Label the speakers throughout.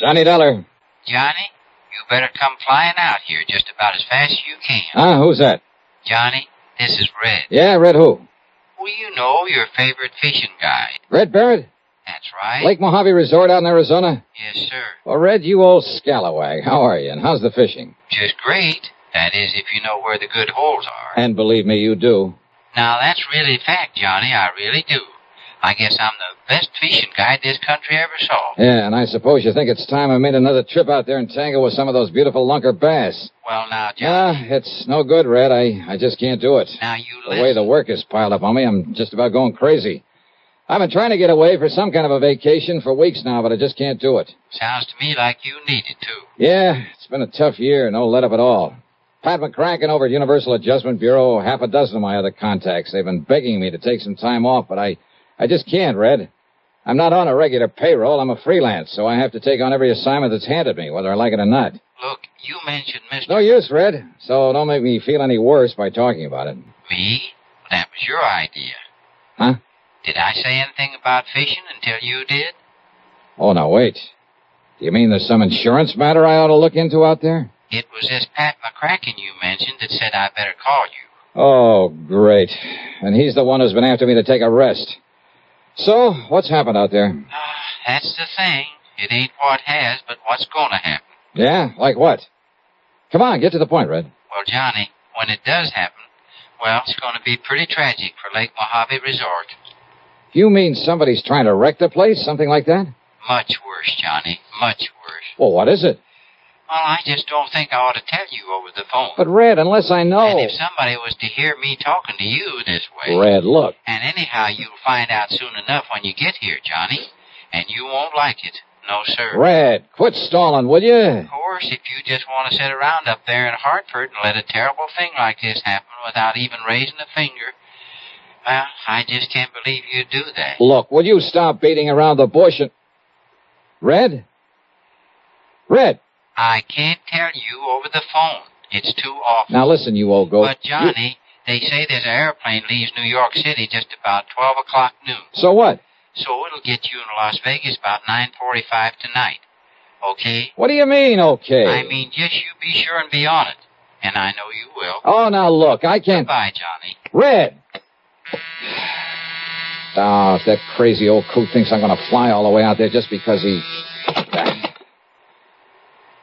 Speaker 1: Johnny Dollar.
Speaker 2: Johnny, you better come flying out here just about as fast as you can.
Speaker 1: Huh? Ah, Who's that?
Speaker 2: Johnny, this is Red.
Speaker 1: Yeah, Red who?
Speaker 2: Well, you know your favorite fishing guide.
Speaker 1: Red Barrett?
Speaker 2: That's right.
Speaker 1: Lake Mojave Resort out in Arizona?
Speaker 2: Yes, sir.
Speaker 1: Well, Red, you old scalawag. How are you? And how's the fishing?
Speaker 2: Just great. That is, if you know where the good holes are.
Speaker 1: And believe me, you do.
Speaker 2: Now, that's really a fact, Johnny. I really do. I guess I'm the best fishing guide this country ever saw.
Speaker 1: Yeah, and I suppose you think it's time I made another trip out there and tangle with some of those beautiful lunker bass.
Speaker 2: Well, now,
Speaker 1: Yeah,
Speaker 2: Johnny.
Speaker 1: it's no good, Red. I, I just can't do it.
Speaker 2: Now, you
Speaker 1: The way
Speaker 2: listen.
Speaker 1: the work is piled up on me, I'm just about going crazy. I've been trying to get away for some kind of a vacation for weeks now, but I just can't do it.
Speaker 2: Sounds to me like you needed to.
Speaker 1: Yeah, it's been a tough year. No let up at all. Pat McCracken over at Universal Adjustment Bureau, half a dozen of my other contacts. They've been begging me to take some time off, but I, I just can't, Red. I'm not on a regular payroll. I'm a freelance, so I have to take on every assignment that's handed me, whether I like it or not.
Speaker 2: Look, you mentioned Mr.
Speaker 1: No use, Red. So don't make me feel any worse by talking about it.
Speaker 2: Me? That was your idea.
Speaker 1: Huh?
Speaker 2: Did I say anything about fishing until you did?
Speaker 1: Oh, now wait. Do you mean there's some insurance matter I ought to look into out there?
Speaker 2: It was this Pat McCracken you mentioned that said I better call you.
Speaker 1: Oh, great. And he's the one who's been after me to take a rest. So, what's happened out there?
Speaker 2: Ah, that's the thing. It ain't what has, but what's gonna happen.
Speaker 1: Yeah? Like what? Come on, get to the point, Red.
Speaker 2: Well, Johnny, when it does happen, well, it's gonna be pretty tragic for Lake Mojave Resort.
Speaker 1: You mean somebody's trying to wreck the place? Something like that?
Speaker 2: Much worse, Johnny. Much worse.
Speaker 1: Well, what is it?
Speaker 2: Well, I just don't think I ought to tell you over the phone.
Speaker 1: But, Red, unless I
Speaker 2: And
Speaker 1: know.
Speaker 2: if somebody was to hear me talking to you this way,
Speaker 1: Red, look.
Speaker 2: And anyhow, you'll find out soon enough when you get here, Johnny. And you won't like it. No, sir.
Speaker 1: Red, quit stalling, will you?
Speaker 2: Of course, if you just want to sit around up there in Hartford and let a terrible thing like this happen without even raising a finger, well, I just can't believe you'd do that.
Speaker 1: Look, will you stop beating around the bush and. Red? Red!
Speaker 2: I can't tell you over the phone. It's too awful.
Speaker 1: Now listen, you old goat.
Speaker 2: But, Johnny, they say there's an airplane leaves New York City just about 12 o'clock noon.
Speaker 1: So what?
Speaker 2: So it'll get you in Las Vegas about 9.45 tonight. Okay?
Speaker 1: What do you mean, okay?
Speaker 2: I mean, just you be sure and be on it. And I know you will.
Speaker 1: Oh, now look, I can't.
Speaker 2: Goodbye, Johnny.
Speaker 1: Red! Oh, if that crazy old coot thinks I'm going to fly all the way out there just because he. Ah.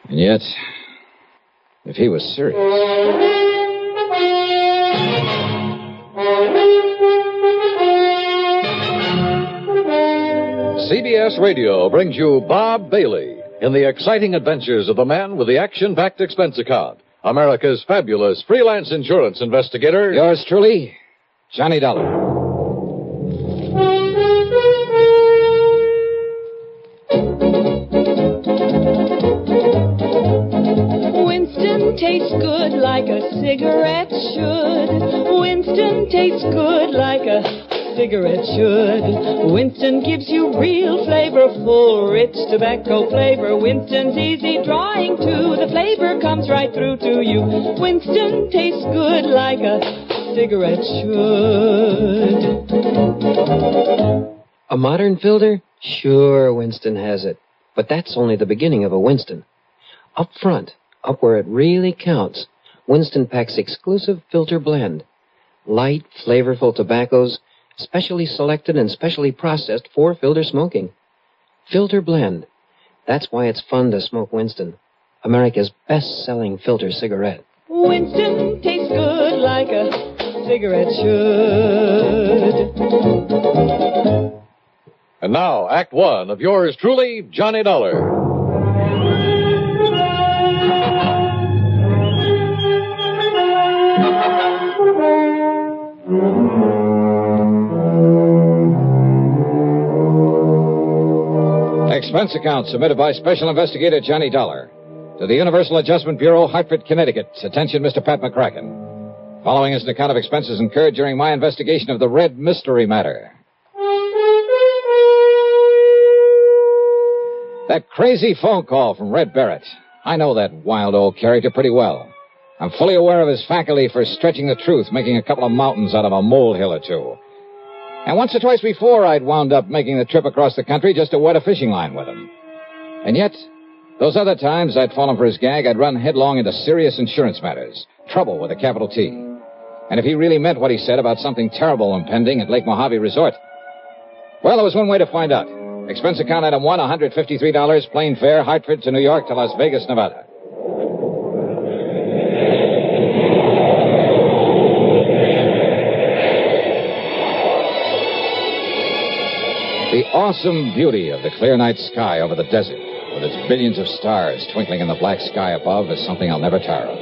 Speaker 1: And yet, if he was serious.
Speaker 3: CBS Radio brings you Bob Bailey in the exciting adventures of the man with the action packed expense account, America's fabulous freelance insurance investigator.
Speaker 1: Yours truly, Johnny Dollar.
Speaker 4: Winston tastes good like a cigarette should. Winston tastes good like a cigarette should. Winston gives you real flavor, full, rich tobacco flavor. Winston's easy drawing too. The flavor comes right through to you. Winston tastes good like a cigarette should.
Speaker 5: A modern filter? Sure, Winston has it. But that's only the beginning of a Winston. Up front, up where it really counts, Winston packs exclusive filter blend. Light, flavorful tobaccos, specially selected and specially processed for filter smoking. Filter blend. That's why it's fun to smoke Winston. America's best-selling filter cigarette.
Speaker 4: Winston tastes good like a cigarette should.
Speaker 3: And now, Act One of yours truly, Johnny Dollar.
Speaker 1: Expense account submitted by Special Investigator Johnny Dollar to the Universal Adjustment Bureau, Hartford, Connecticut. Attention, Mr. Pat McCracken. Following is an account of expenses incurred during my investigation of the Red Mystery matter. That crazy phone call from Red Barrett. I know that wild old character pretty well. I'm fully aware of his faculty for stretching the truth, making a couple of mountains out of a molehill or two. And once or twice before, I'd wound up making the trip across the country just to wet a fishing line with him. And yet, Those other times I'd fallen for his gag, I'd run headlong into serious insurance matters, trouble with a capital T. And if he really meant what he said about something terrible impending at Lake Mojave Resort, well, there was one way to find out. Expense account item one, $153, plane fare, Hartford to New York to Las Vegas, Nevada. The awesome beauty of the clear night sky over the desert, with its billions of stars twinkling in the black sky above, is something I'll never tire of.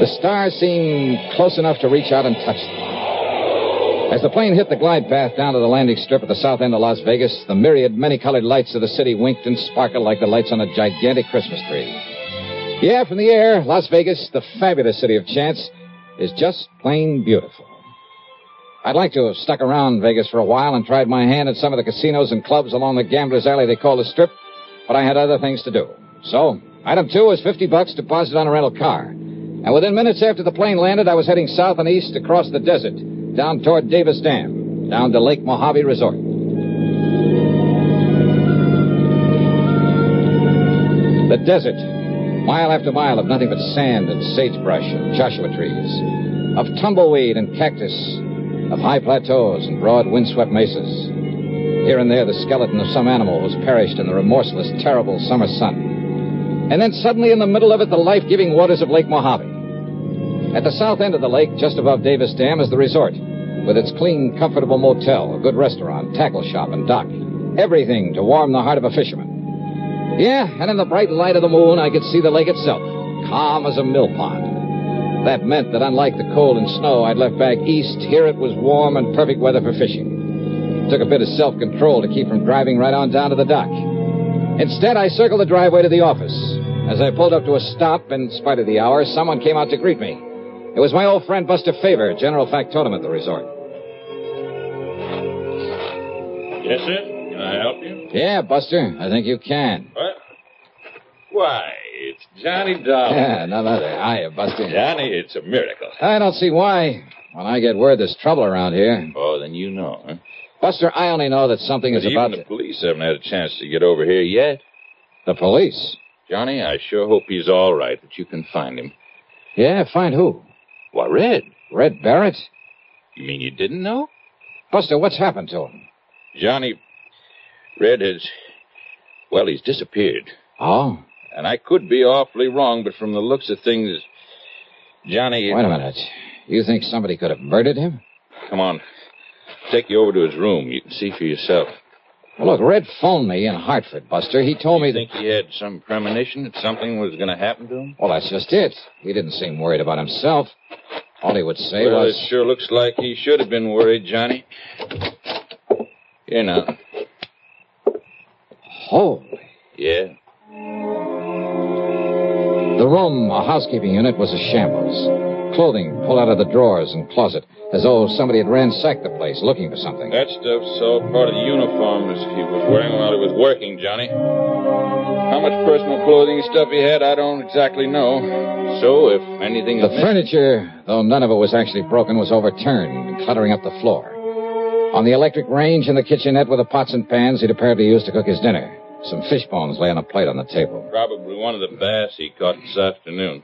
Speaker 1: The stars seem close enough to reach out and touch them. As the plane hit the glide path down to the landing strip at the south end of Las Vegas, the myriad many colored lights of the city winked and sparkled like the lights on a gigantic Christmas tree. Yeah, from the air, Las Vegas, the fabulous city of chance, is just plain beautiful. I'd like to have stuck around Vegas for a while and tried my hand at some of the casinos and clubs along the gambler's alley they call the strip, but I had other things to do. So, item two was 50 bucks deposited on a rental car. And within minutes after the plane landed, I was heading south and east across the desert, down toward Davis Dam, down to Lake Mojave Resort. The desert. Mile after mile of nothing but sand and sagebrush and Joshua trees, of tumbleweed and cactus, of high plateaus and broad windswept mesas. Here and there, the skeleton of some animal who's perished in the remorseless, terrible summer sun. And then suddenly, in the middle of it, the life giving waters of Lake Mojave. At the south end of the lake, just above Davis Dam, is the resort, with its clean, comfortable motel, a good restaurant, tackle shop, and dock. Everything to warm the heart of a fisherman. Yeah, and in the bright light of the moon, I could see the lake itself, calm as a mill pond. That meant that unlike the cold and snow I'd left back east, here it was warm and perfect weather for fishing. It took a bit of self control to keep from driving right on down to the dock. Instead, I circled the driveway to the office. As I pulled up to a stop, in spite of the hour, someone came out to greet me. It was my old friend Buster Favor, general factotum at the resort.
Speaker 6: Yes, sir. Can I help you?
Speaker 1: Yeah, Buster, I think you can.
Speaker 6: What? Why, it's Johnny Dollar.
Speaker 1: Yeah, none other. Hiya, Buster.
Speaker 6: Johnny, it's a miracle.
Speaker 1: I don't see why. When I get word there's trouble around here,
Speaker 6: Oh, then you know, huh?
Speaker 1: Buster, I only know that something
Speaker 6: But
Speaker 1: is
Speaker 6: even
Speaker 1: about
Speaker 6: the
Speaker 1: to-
Speaker 6: police haven't had a chance to get over here yet.
Speaker 1: the police.
Speaker 6: Johnny, I sure hope he's all right, that you can find him.
Speaker 1: Yeah, find who?
Speaker 6: Why, Red,
Speaker 1: Red Barrett?
Speaker 6: you mean you didn't know?
Speaker 1: Buster, what's happened to him?
Speaker 6: Johnny, Red has, well, he's disappeared.
Speaker 1: Oh,
Speaker 6: And I could be awfully wrong, but from the looks of things, Johnny,
Speaker 1: wait a minute. You think somebody could have murdered him?
Speaker 6: come on. Take you over to his room. You can see for yourself.
Speaker 1: Well, look, Red phoned me in Hartford, Buster. He told me
Speaker 6: You
Speaker 1: that.
Speaker 6: think he had some premonition that something was going to happen to him?
Speaker 1: Well, that's just it. He didn't seem worried about himself. All he would say
Speaker 6: well, it
Speaker 1: was,
Speaker 6: sure looks like he should have been worried, Johnny. You know.
Speaker 1: "Holy!"
Speaker 6: Yeah.
Speaker 1: The room, a housekeeping unit, was a shambles. Clothing pulled out of the drawers and closet, as though somebody had ransacked the place looking for something.
Speaker 6: That stuff's all part of the uniform that he was wearing while he was working, Johnny. How much personal clothing and stuff he had, I don't exactly know. So, if anything...
Speaker 1: The furniture, though none of it was actually broken, was overturned, cluttering up the floor. On the electric range in the kitchenette were the pots and pans he'd apparently used to cook his dinner. Some fish bones lay on a plate on the table.
Speaker 6: Probably one of the bass he caught this afternoon.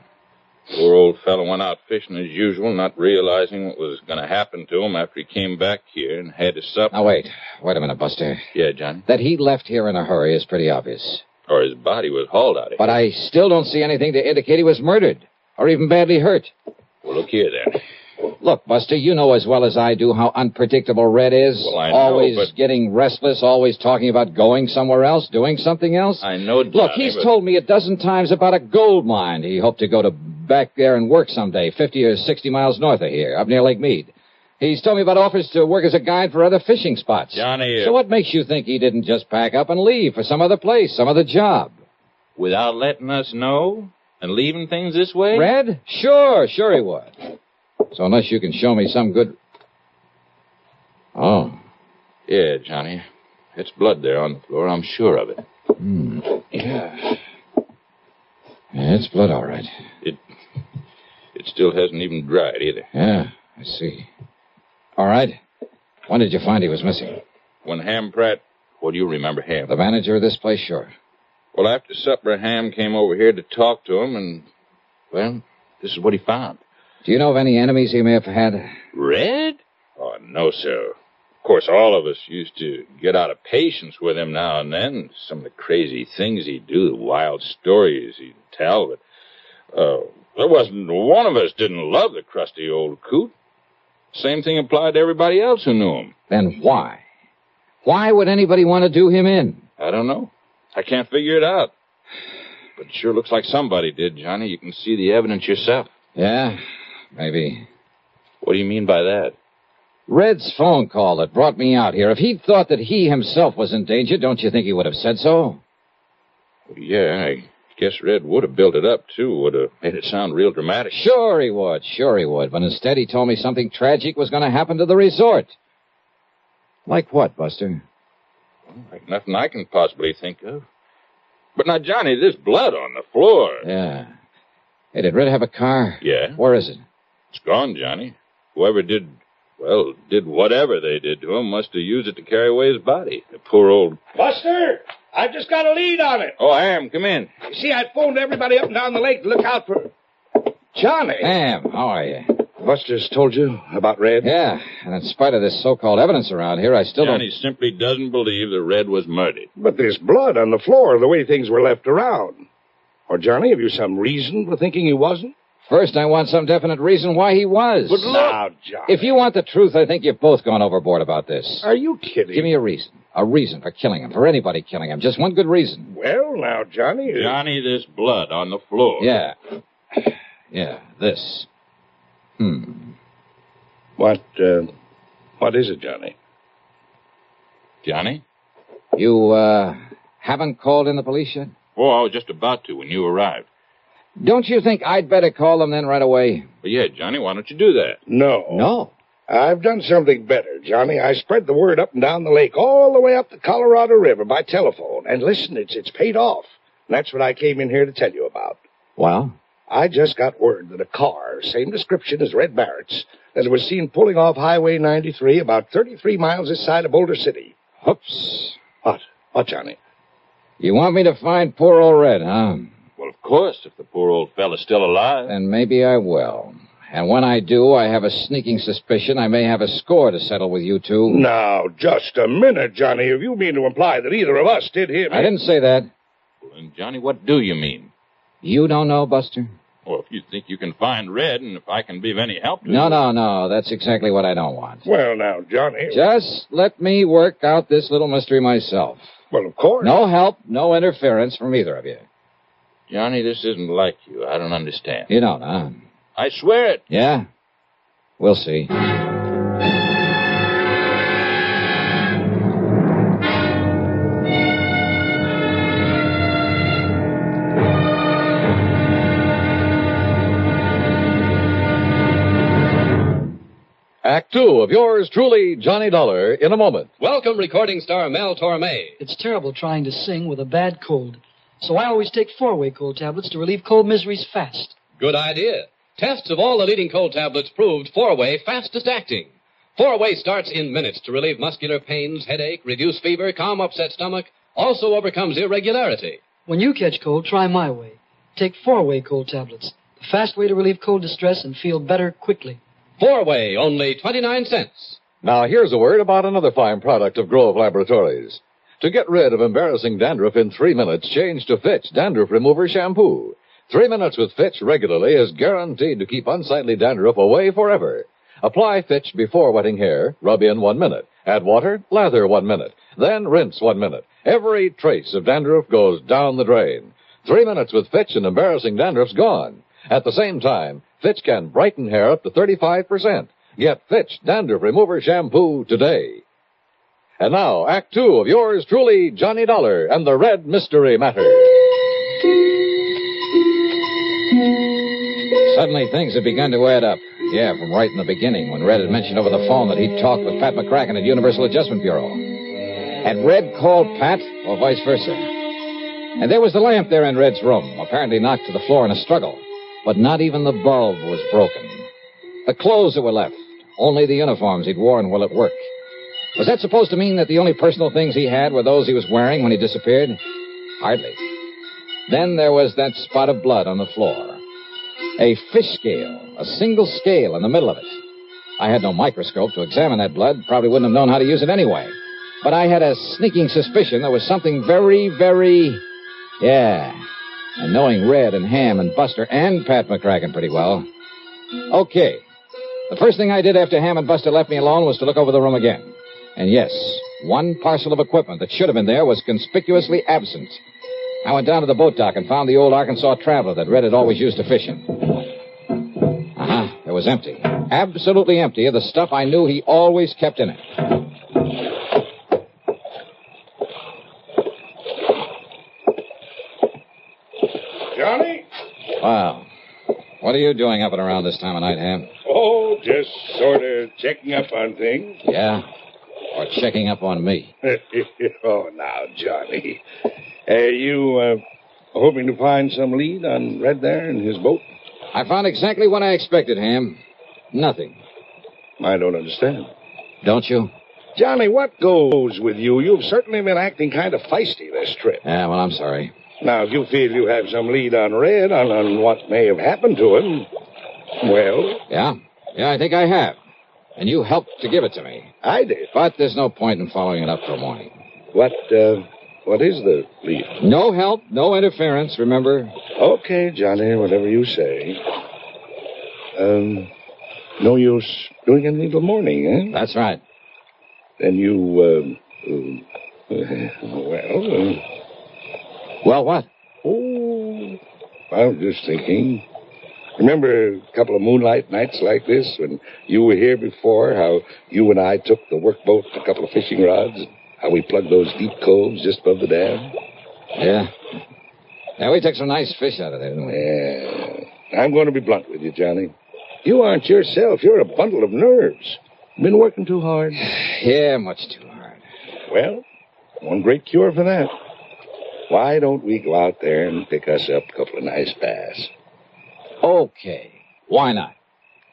Speaker 6: Poor old fellow went out fishing as usual, not realizing what was going to happen to him after he came back here and had his supper.
Speaker 1: Now wait, wait a minute, Buster.
Speaker 6: Yeah, Johnny.
Speaker 1: That he left here in a hurry is pretty obvious.
Speaker 6: Or his body was hauled out of here.
Speaker 1: But I still don't see anything to indicate he was murdered or even badly hurt.
Speaker 6: Well, look here, then.
Speaker 1: Look, Buster, you know as well as I do how unpredictable Red is.
Speaker 6: Well, I know,
Speaker 1: always
Speaker 6: but-
Speaker 1: getting restless, always talking about going somewhere else, doing something else.
Speaker 6: I know,
Speaker 1: Look,
Speaker 6: Johnny,
Speaker 1: he's
Speaker 6: but-
Speaker 1: told me a dozen times about a gold mine he hoped to go to back there and work someday, 50 or 60 miles north of here, up near Lake Mead. He's told me about offers to work as a guide for other fishing spots.
Speaker 6: Johnny, uh,
Speaker 1: So what makes you think he didn't just pack up and leave for some other place, some other job?
Speaker 6: Without letting us know and leaving things this way?
Speaker 1: Red? Sure, sure he would. So unless you can show me some good. Oh.
Speaker 6: Yeah, Johnny. It's blood there on the floor. I'm sure of it.
Speaker 1: hmm, Yeah. Yeah, it's blood, all right.
Speaker 6: It it still hasn't even dried either.
Speaker 1: Yeah, I see. All right. When did you find he was missing?
Speaker 6: When Ham Pratt, well, you remember Ham.
Speaker 1: The manager of this place, sure.
Speaker 6: Well, after supper, Ham came over here to talk to him, and, well, this is what he found.
Speaker 1: Do you know of any enemies he may have had?
Speaker 6: Red? Oh, no, sir. Of course, all of us used to get out of patience with him now and then. Some of the crazy things he'd do, the wild stories he'd tell, but uh, there wasn't one of us didn't love the crusty old coot. Same thing applied to everybody else who knew him.
Speaker 1: Then why? Why would anybody want to do him in?
Speaker 6: I don't know. I can't figure it out. But it sure looks like somebody did, Johnny. You can see the evidence yourself.
Speaker 1: Yeah, maybe.
Speaker 6: What do you mean by that?
Speaker 1: Red's phone call that brought me out here. If he'd thought that he himself was in danger, don't you think he would have said so?
Speaker 6: Yeah, I guess Red would have built it up, too. Would have made it sound real dramatic.
Speaker 1: Sure he would, sure he would. But instead, he told me something tragic was going to happen to the resort. Like what, Buster?
Speaker 6: Like nothing I can possibly think of. But now, Johnny, there's blood on the floor.
Speaker 1: Yeah. Hey, did Red have a car?
Speaker 6: Yeah,
Speaker 1: Where is it?
Speaker 6: it's gone, Johnny. Whoever did, well, did whatever they did to him must have used it to carry away his body. The poor old.
Speaker 7: Buster, I've just got a lead on it.
Speaker 6: Oh, I am. Come in.
Speaker 7: You see, I phoned everybody up and down the lake to look out for Johnny.
Speaker 1: Ham, how are you?
Speaker 7: Buster's told you about Red.
Speaker 1: Yeah, and in spite of this so-called evidence around here, I still
Speaker 6: Johnny simply doesn't believe that Red was murdered.
Speaker 7: But there's blood on the floor, the way things were left around. Or Johnny, have you some reason for thinking he wasn't?
Speaker 1: don't... First, I want some definite reason why he was.
Speaker 6: But look-
Speaker 7: Now, Johnny.
Speaker 1: If you want the truth, I think you've both gone overboard about this.
Speaker 7: Are you kidding?
Speaker 1: Give me a reason. A reason for killing him, for anybody killing him. Just one good reason.
Speaker 7: Well, now, Johnny. uh,
Speaker 6: Johnny, there's blood on the floor.
Speaker 1: Yeah. Yeah, this. Hmm.
Speaker 7: What, uh, what is it, Johnny?
Speaker 6: Johnny?
Speaker 1: You, uh, haven't called in the police yet?
Speaker 6: Oh, I was just about to when you arrived.
Speaker 1: Don't you think I'd better call them then right away?
Speaker 6: But yeah, Johnny, why don't you do that?
Speaker 7: No.
Speaker 1: No.
Speaker 7: I've done something better, Johnny. I spread the word up and down the lake, all the way up the Colorado River by telephone. And listen, it's, it's paid off. And that's what I came in here to tell you about.
Speaker 1: Well?
Speaker 7: I just got word that a car, same description as Red Barrett's, that was seen pulling off Highway 93 about 33 miles this side of Boulder City.
Speaker 1: Oops.
Speaker 7: What? What, Johnny?
Speaker 1: You want me to find poor old Red, huh?
Speaker 6: Well, of course, if the poor old fella's still alive.
Speaker 1: Then maybe I will. And when I do, I have a sneaking suspicion I may have a score to settle with you two.
Speaker 7: Now, just a minute, Johnny. If you mean to imply that either of us did him,
Speaker 1: I didn't say that.
Speaker 6: And Johnny, what do you mean?
Speaker 1: You don't know, Buster?
Speaker 6: Well, if you think you can find Red and if I can be of any help to
Speaker 1: No,
Speaker 6: you.
Speaker 1: no, no. That's exactly what I don't want.
Speaker 7: Well, now, Johnny.
Speaker 1: Just let me work out this little mystery myself.
Speaker 7: well, of course.
Speaker 1: No help, no interference from either of you.
Speaker 6: Johnny, this isn't like you. I don't understand.
Speaker 1: You don't, huh?
Speaker 6: I swear it.
Speaker 1: Yeah? We'll see.
Speaker 3: Act two of yours truly, Johnny Dollar, in a moment.
Speaker 5: Welcome, recording star Mel Torme.
Speaker 8: It's terrible trying to sing with a bad cold. So I always take four-way cold tablets to relieve cold miseries fast.
Speaker 5: Good idea. Tests of all the leading cold tablets proved four way fastest acting. Four way starts in minutes to relieve muscular pains, headache, reduce fever, calm upset stomach, also overcomes irregularity.
Speaker 8: When you catch cold, try my way. Take four-way cold tablets. The fast way to relieve cold distress and feel better quickly.
Speaker 5: Four way, only 29 cents.
Speaker 3: Now, here's a word about another fine product of Grove Laboratories. To get rid of embarrassing dandruff in three minutes, change to Fitch Dandruff Remover Shampoo. Three minutes with Fitch regularly is guaranteed to keep unsightly dandruff away forever. Apply Fitch before wetting hair, rub in one minute, add water, lather one minute, then rinse one minute. Every trace of dandruff goes down the drain. Three minutes with Fitch and embarrassing dandruff's gone. At the same time, Fitch can brighten hair up to 35%. Get Fitch Dandruff Remover Shampoo today. And now, Act Two of yours truly, Johnny Dollar and the Red Mystery Matter.
Speaker 1: Suddenly, things had begun to add up. Yeah, from right in the beginning, when Red had mentioned over the phone that he'd talked with Pat McCracken at Universal Adjustment Bureau. Had Red called Pat, or vice versa? And there was the lamp there in Red's room, apparently knocked to the floor in a struggle. But not even the bulb was broken. The clothes that were left, only the uniforms he'd worn while at work. Was that supposed to mean that the only personal things he had were those he was wearing when he disappeared? Hardly. Then there was that spot of blood on the floor. A fish scale, a single scale in the middle of it. I had no microscope to examine that blood, probably wouldn't have known how to use it anyway. But I had a sneaking suspicion there was something very, very. Yeah. And knowing Red and Ham and Buster and Pat McCracken pretty well. Okay. The first thing I did after Ham and Buster left me alone was to look over the room again. And yes, one parcel of equipment that should have been there was conspicuously absent. I went down to the boat dock and found the old Arkansas traveler that Red had always used to fish in. Uh huh. It was empty. Absolutely empty of the stuff I knew he always kept in it.
Speaker 7: Johnny?
Speaker 1: Wow. What are you doing up and around this time of night, Ham?
Speaker 7: Oh, just sort of checking up on things.
Speaker 1: Yeah? Or checking up on me?
Speaker 7: oh, now, Johnny. Are you uh, hoping to find some lead on Red there in his boat?
Speaker 1: I found exactly what I expected, Ham. Nothing.
Speaker 7: I don't understand.
Speaker 1: Don't you?
Speaker 7: Johnny, what goes with you? You've certainly been acting kind of feisty this trip.
Speaker 1: Yeah, well, I'm sorry.
Speaker 7: Now, if you feel you have some lead on Red, on, on what may have happened to him, well,
Speaker 1: Yeah? Yeah, I think I have. And you helped to give it to me.
Speaker 7: I did.
Speaker 1: But there's no point in following it up till morning.
Speaker 7: What, uh, what is the lead?
Speaker 1: No help, no interference, remember?
Speaker 7: Okay, Johnny, whatever you say. Um, no use doing anything till morning, eh?
Speaker 1: That's right.
Speaker 7: Then you, um, uh, well, uh,
Speaker 1: Well, what?
Speaker 7: oh, I was just thinking. Remember a couple of moonlight nights like this when you were here before, how you and I took the workboat, a couple of fishing rods, how we plugged those deep coves just above the dam?
Speaker 1: Yeah. Yeah, we took some nice fish out of there, didn't we?
Speaker 7: Yeah. I'm going to be blunt with you, Johnny. You aren't yourself. You're a bundle of nerves. Been working too hard.
Speaker 1: Yeah, much too hard.
Speaker 7: Well, one great cure for that. Why don't we go out there and pick us up a couple of nice bass?
Speaker 1: Okay. Why not?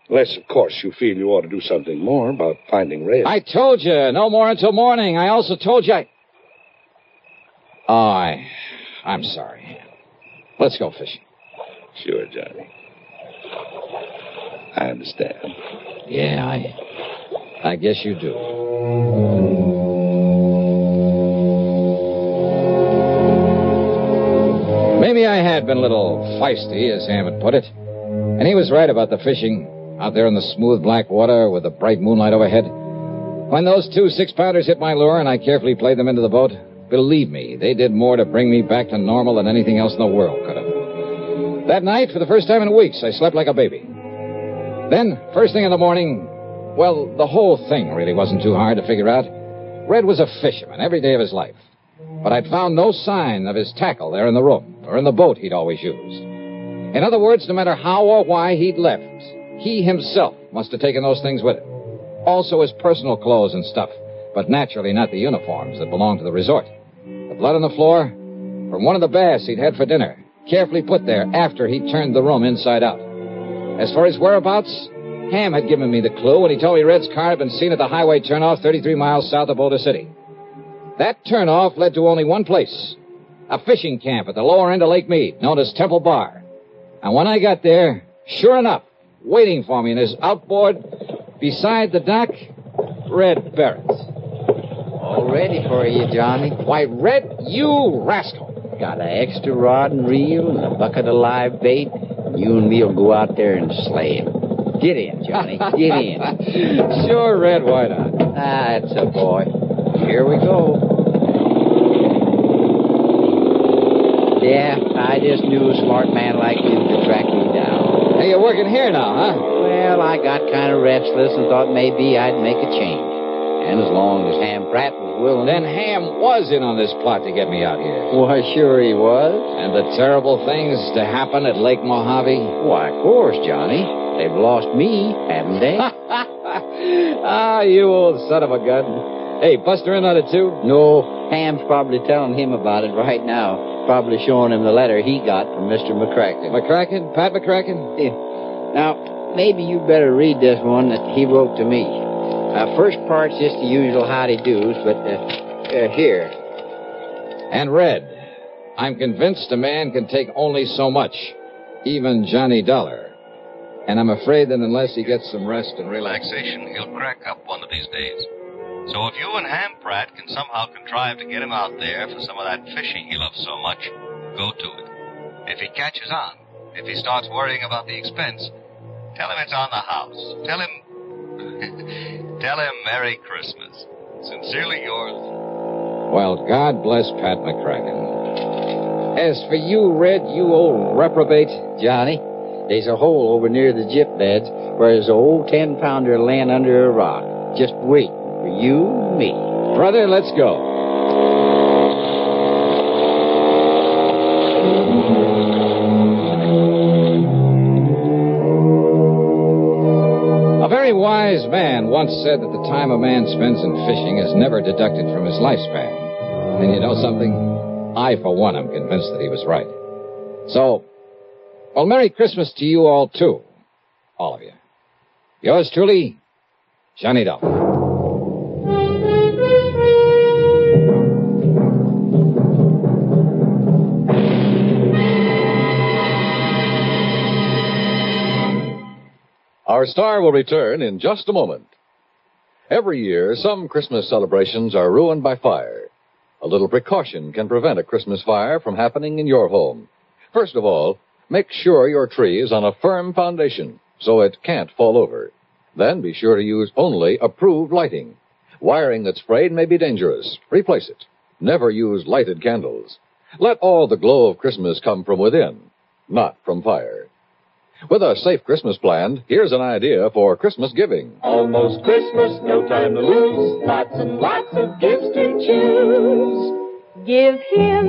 Speaker 7: Unless, of course, you feel you ought to do something more about finding Red.
Speaker 1: I told you, no more until morning. I also told you I. Oh, I. I'm sorry, Ham. Let's go fishing.
Speaker 7: Sure, Johnny. I understand.
Speaker 1: Yeah, I. I guess you do. Maybe I had been a little feisty, as Ham had put it. And he was right about the fishing out there in the smooth black water with the bright moonlight overhead. When those two six pounders hit my lure and I carefully played them into the boat, believe me, they did more to bring me back to normal than anything else in the world could have. That night, for the first time in weeks, I slept like a baby. Then, first thing in the morning, well, the whole thing really wasn't too hard to figure out. Red was a fisherman every day of his life. But I'd found no sign of his tackle there in the room or in the boat he'd always used. In other words, no matter how or why he'd left, he himself must have taken those things with him. Also his personal clothes and stuff, but naturally not the uniforms that belonged to the resort. The blood on the floor, from one of the bass he'd had for dinner, carefully put there after he turned the room inside out. As for his whereabouts, Ham had given me the clue when he told me Red's car had been seen at the highway turnoff 33 miles south of Boulder City. That turnoff led to only one place a fishing camp at the lower end of Lake Mead, known as Temple Bar. And when I got there, sure enough, waiting for me in his outboard beside the dock, Red Barrett.
Speaker 5: All ready for you, Johnny.
Speaker 1: Why, Red, you rascal!
Speaker 5: Got an extra rod and reel and a bucket of live bait. You and me'll go out there and slay him. Get in, Johnny. Get in.
Speaker 1: sure, Red, why not?
Speaker 5: That's Ah, a boy. Here we go. Yeah, I just knew a smart man like him could track me down.
Speaker 1: Hey, you're working here now,
Speaker 5: Well, I got kind of restless and thought maybe I'd make a change. And as long as Ham Pratt was
Speaker 1: huh?
Speaker 5: willing,
Speaker 1: Then Ham was in on this plot to get me out here.
Speaker 5: why, sure he was.
Speaker 1: And the terrible things to happen at Lake Mojave.
Speaker 5: Why, of course, Johnny. They've lost me, haven't they?
Speaker 1: ah, you old son of a gun. Hey, Buster in on it too?
Speaker 5: no, Ham's probably telling him about it right now. Probably showing him the letter he got from Mr. McCracken.
Speaker 1: McCracken? Pat McCracken?
Speaker 5: Yeah. Now, maybe you better read this one that he wrote to me. Uh, first part's just the usual howdy do's, but uh, uh, here.
Speaker 1: And Red.
Speaker 9: I'm convinced a man can take only so much, even Johnny Dollar. And I'm afraid that unless he gets some rest and relaxation.
Speaker 2: relaxation, he'll crack up one of these days. So if you and Ham Pratt can somehow contrive to get him out there for some of that fishing he loves so much, go to it. If he catches on, if he starts worrying about the expense, tell him it's on the house. Tell him. tell him Merry Christmas. Sincerely yours.
Speaker 9: Well, God bless Pat McCracken. As for you, Red, you old reprobate,
Speaker 10: Johnny, there's a hole over near the jip beds where there's a old ten pounder laying under a rock, just waiting for you and me.
Speaker 9: Brother, let's go. A very wise man once said that the time a man spends in fishing is never deducted from his lifespan. And you know something? I, for one, am convinced that he was right. So, well, Merry Christmas to you all, too. All of you. Yours truly, Johnny Dollar.
Speaker 1: Our star will return in just a moment. Every year, some Christmas celebrations are ruined by fire. A little precaution can prevent a Christmas fire from happening in your home. First of all, make sure your tree is on a firm foundation so it can't fall over. Then be sure to use only approved lighting. Wiring that's frayed may be dangerous. Replace it. Never use lighted candles. Let all the glow of Christmas come from within, not from fire. With a safe Christmas plan, here's an idea for Christmas giving.
Speaker 7: Almost Christmas, no time to lose. Lots and lots of gifts to choose. Give him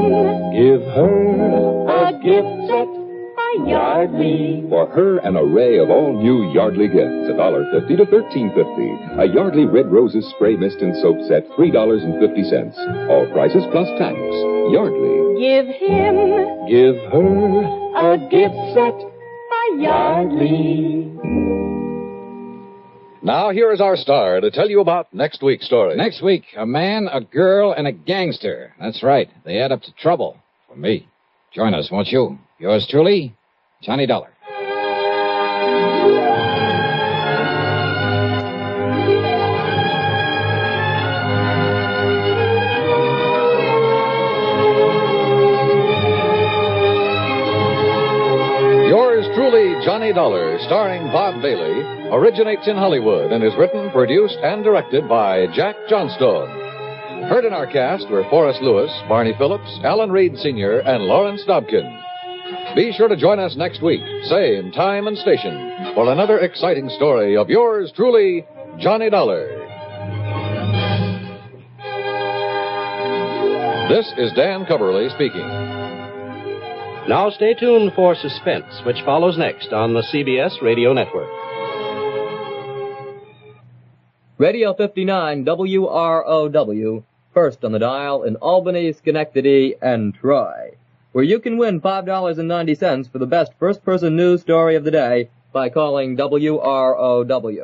Speaker 6: Give her
Speaker 7: a gift set by Yardley.
Speaker 6: for her an array of all new Yardley gifts, a dollar fifty to thirteen fifty. A Yardley Red Roses spray mist and soap set, three dollars and fifty cents. All prices plus tax. Yardley.
Speaker 7: Give him
Speaker 6: Give her
Speaker 7: a gift set by Yardley.
Speaker 1: Now, here is our star to tell you about next week's story.
Speaker 9: Next week, a man, a girl, and a gangster. That's right. They add up to trouble. For me. Join us, won't you? Yours truly, Johnny Dollar.
Speaker 1: Yours truly, Johnny Dollar, starring Bob Bailey, originates in Hollywood and is written, produced, and directed by Jack Johnstone. Heard in our cast were Forrest Lewis, Barney Phillips, Alan Reed Sr., and Lawrence Dobkin. Be sure to join us next week, same time and station, for another exciting story of yours truly, Johnny Dollar. This is Dan Coverly speaking.
Speaker 5: Now stay tuned for Suspense, which follows next on the CBS Radio Network.
Speaker 4: Radio 59 WROW, first on the dial in Albany, Schenectady, and Troy, where you can win $5.90 for the best first person news story of the day by calling WROW.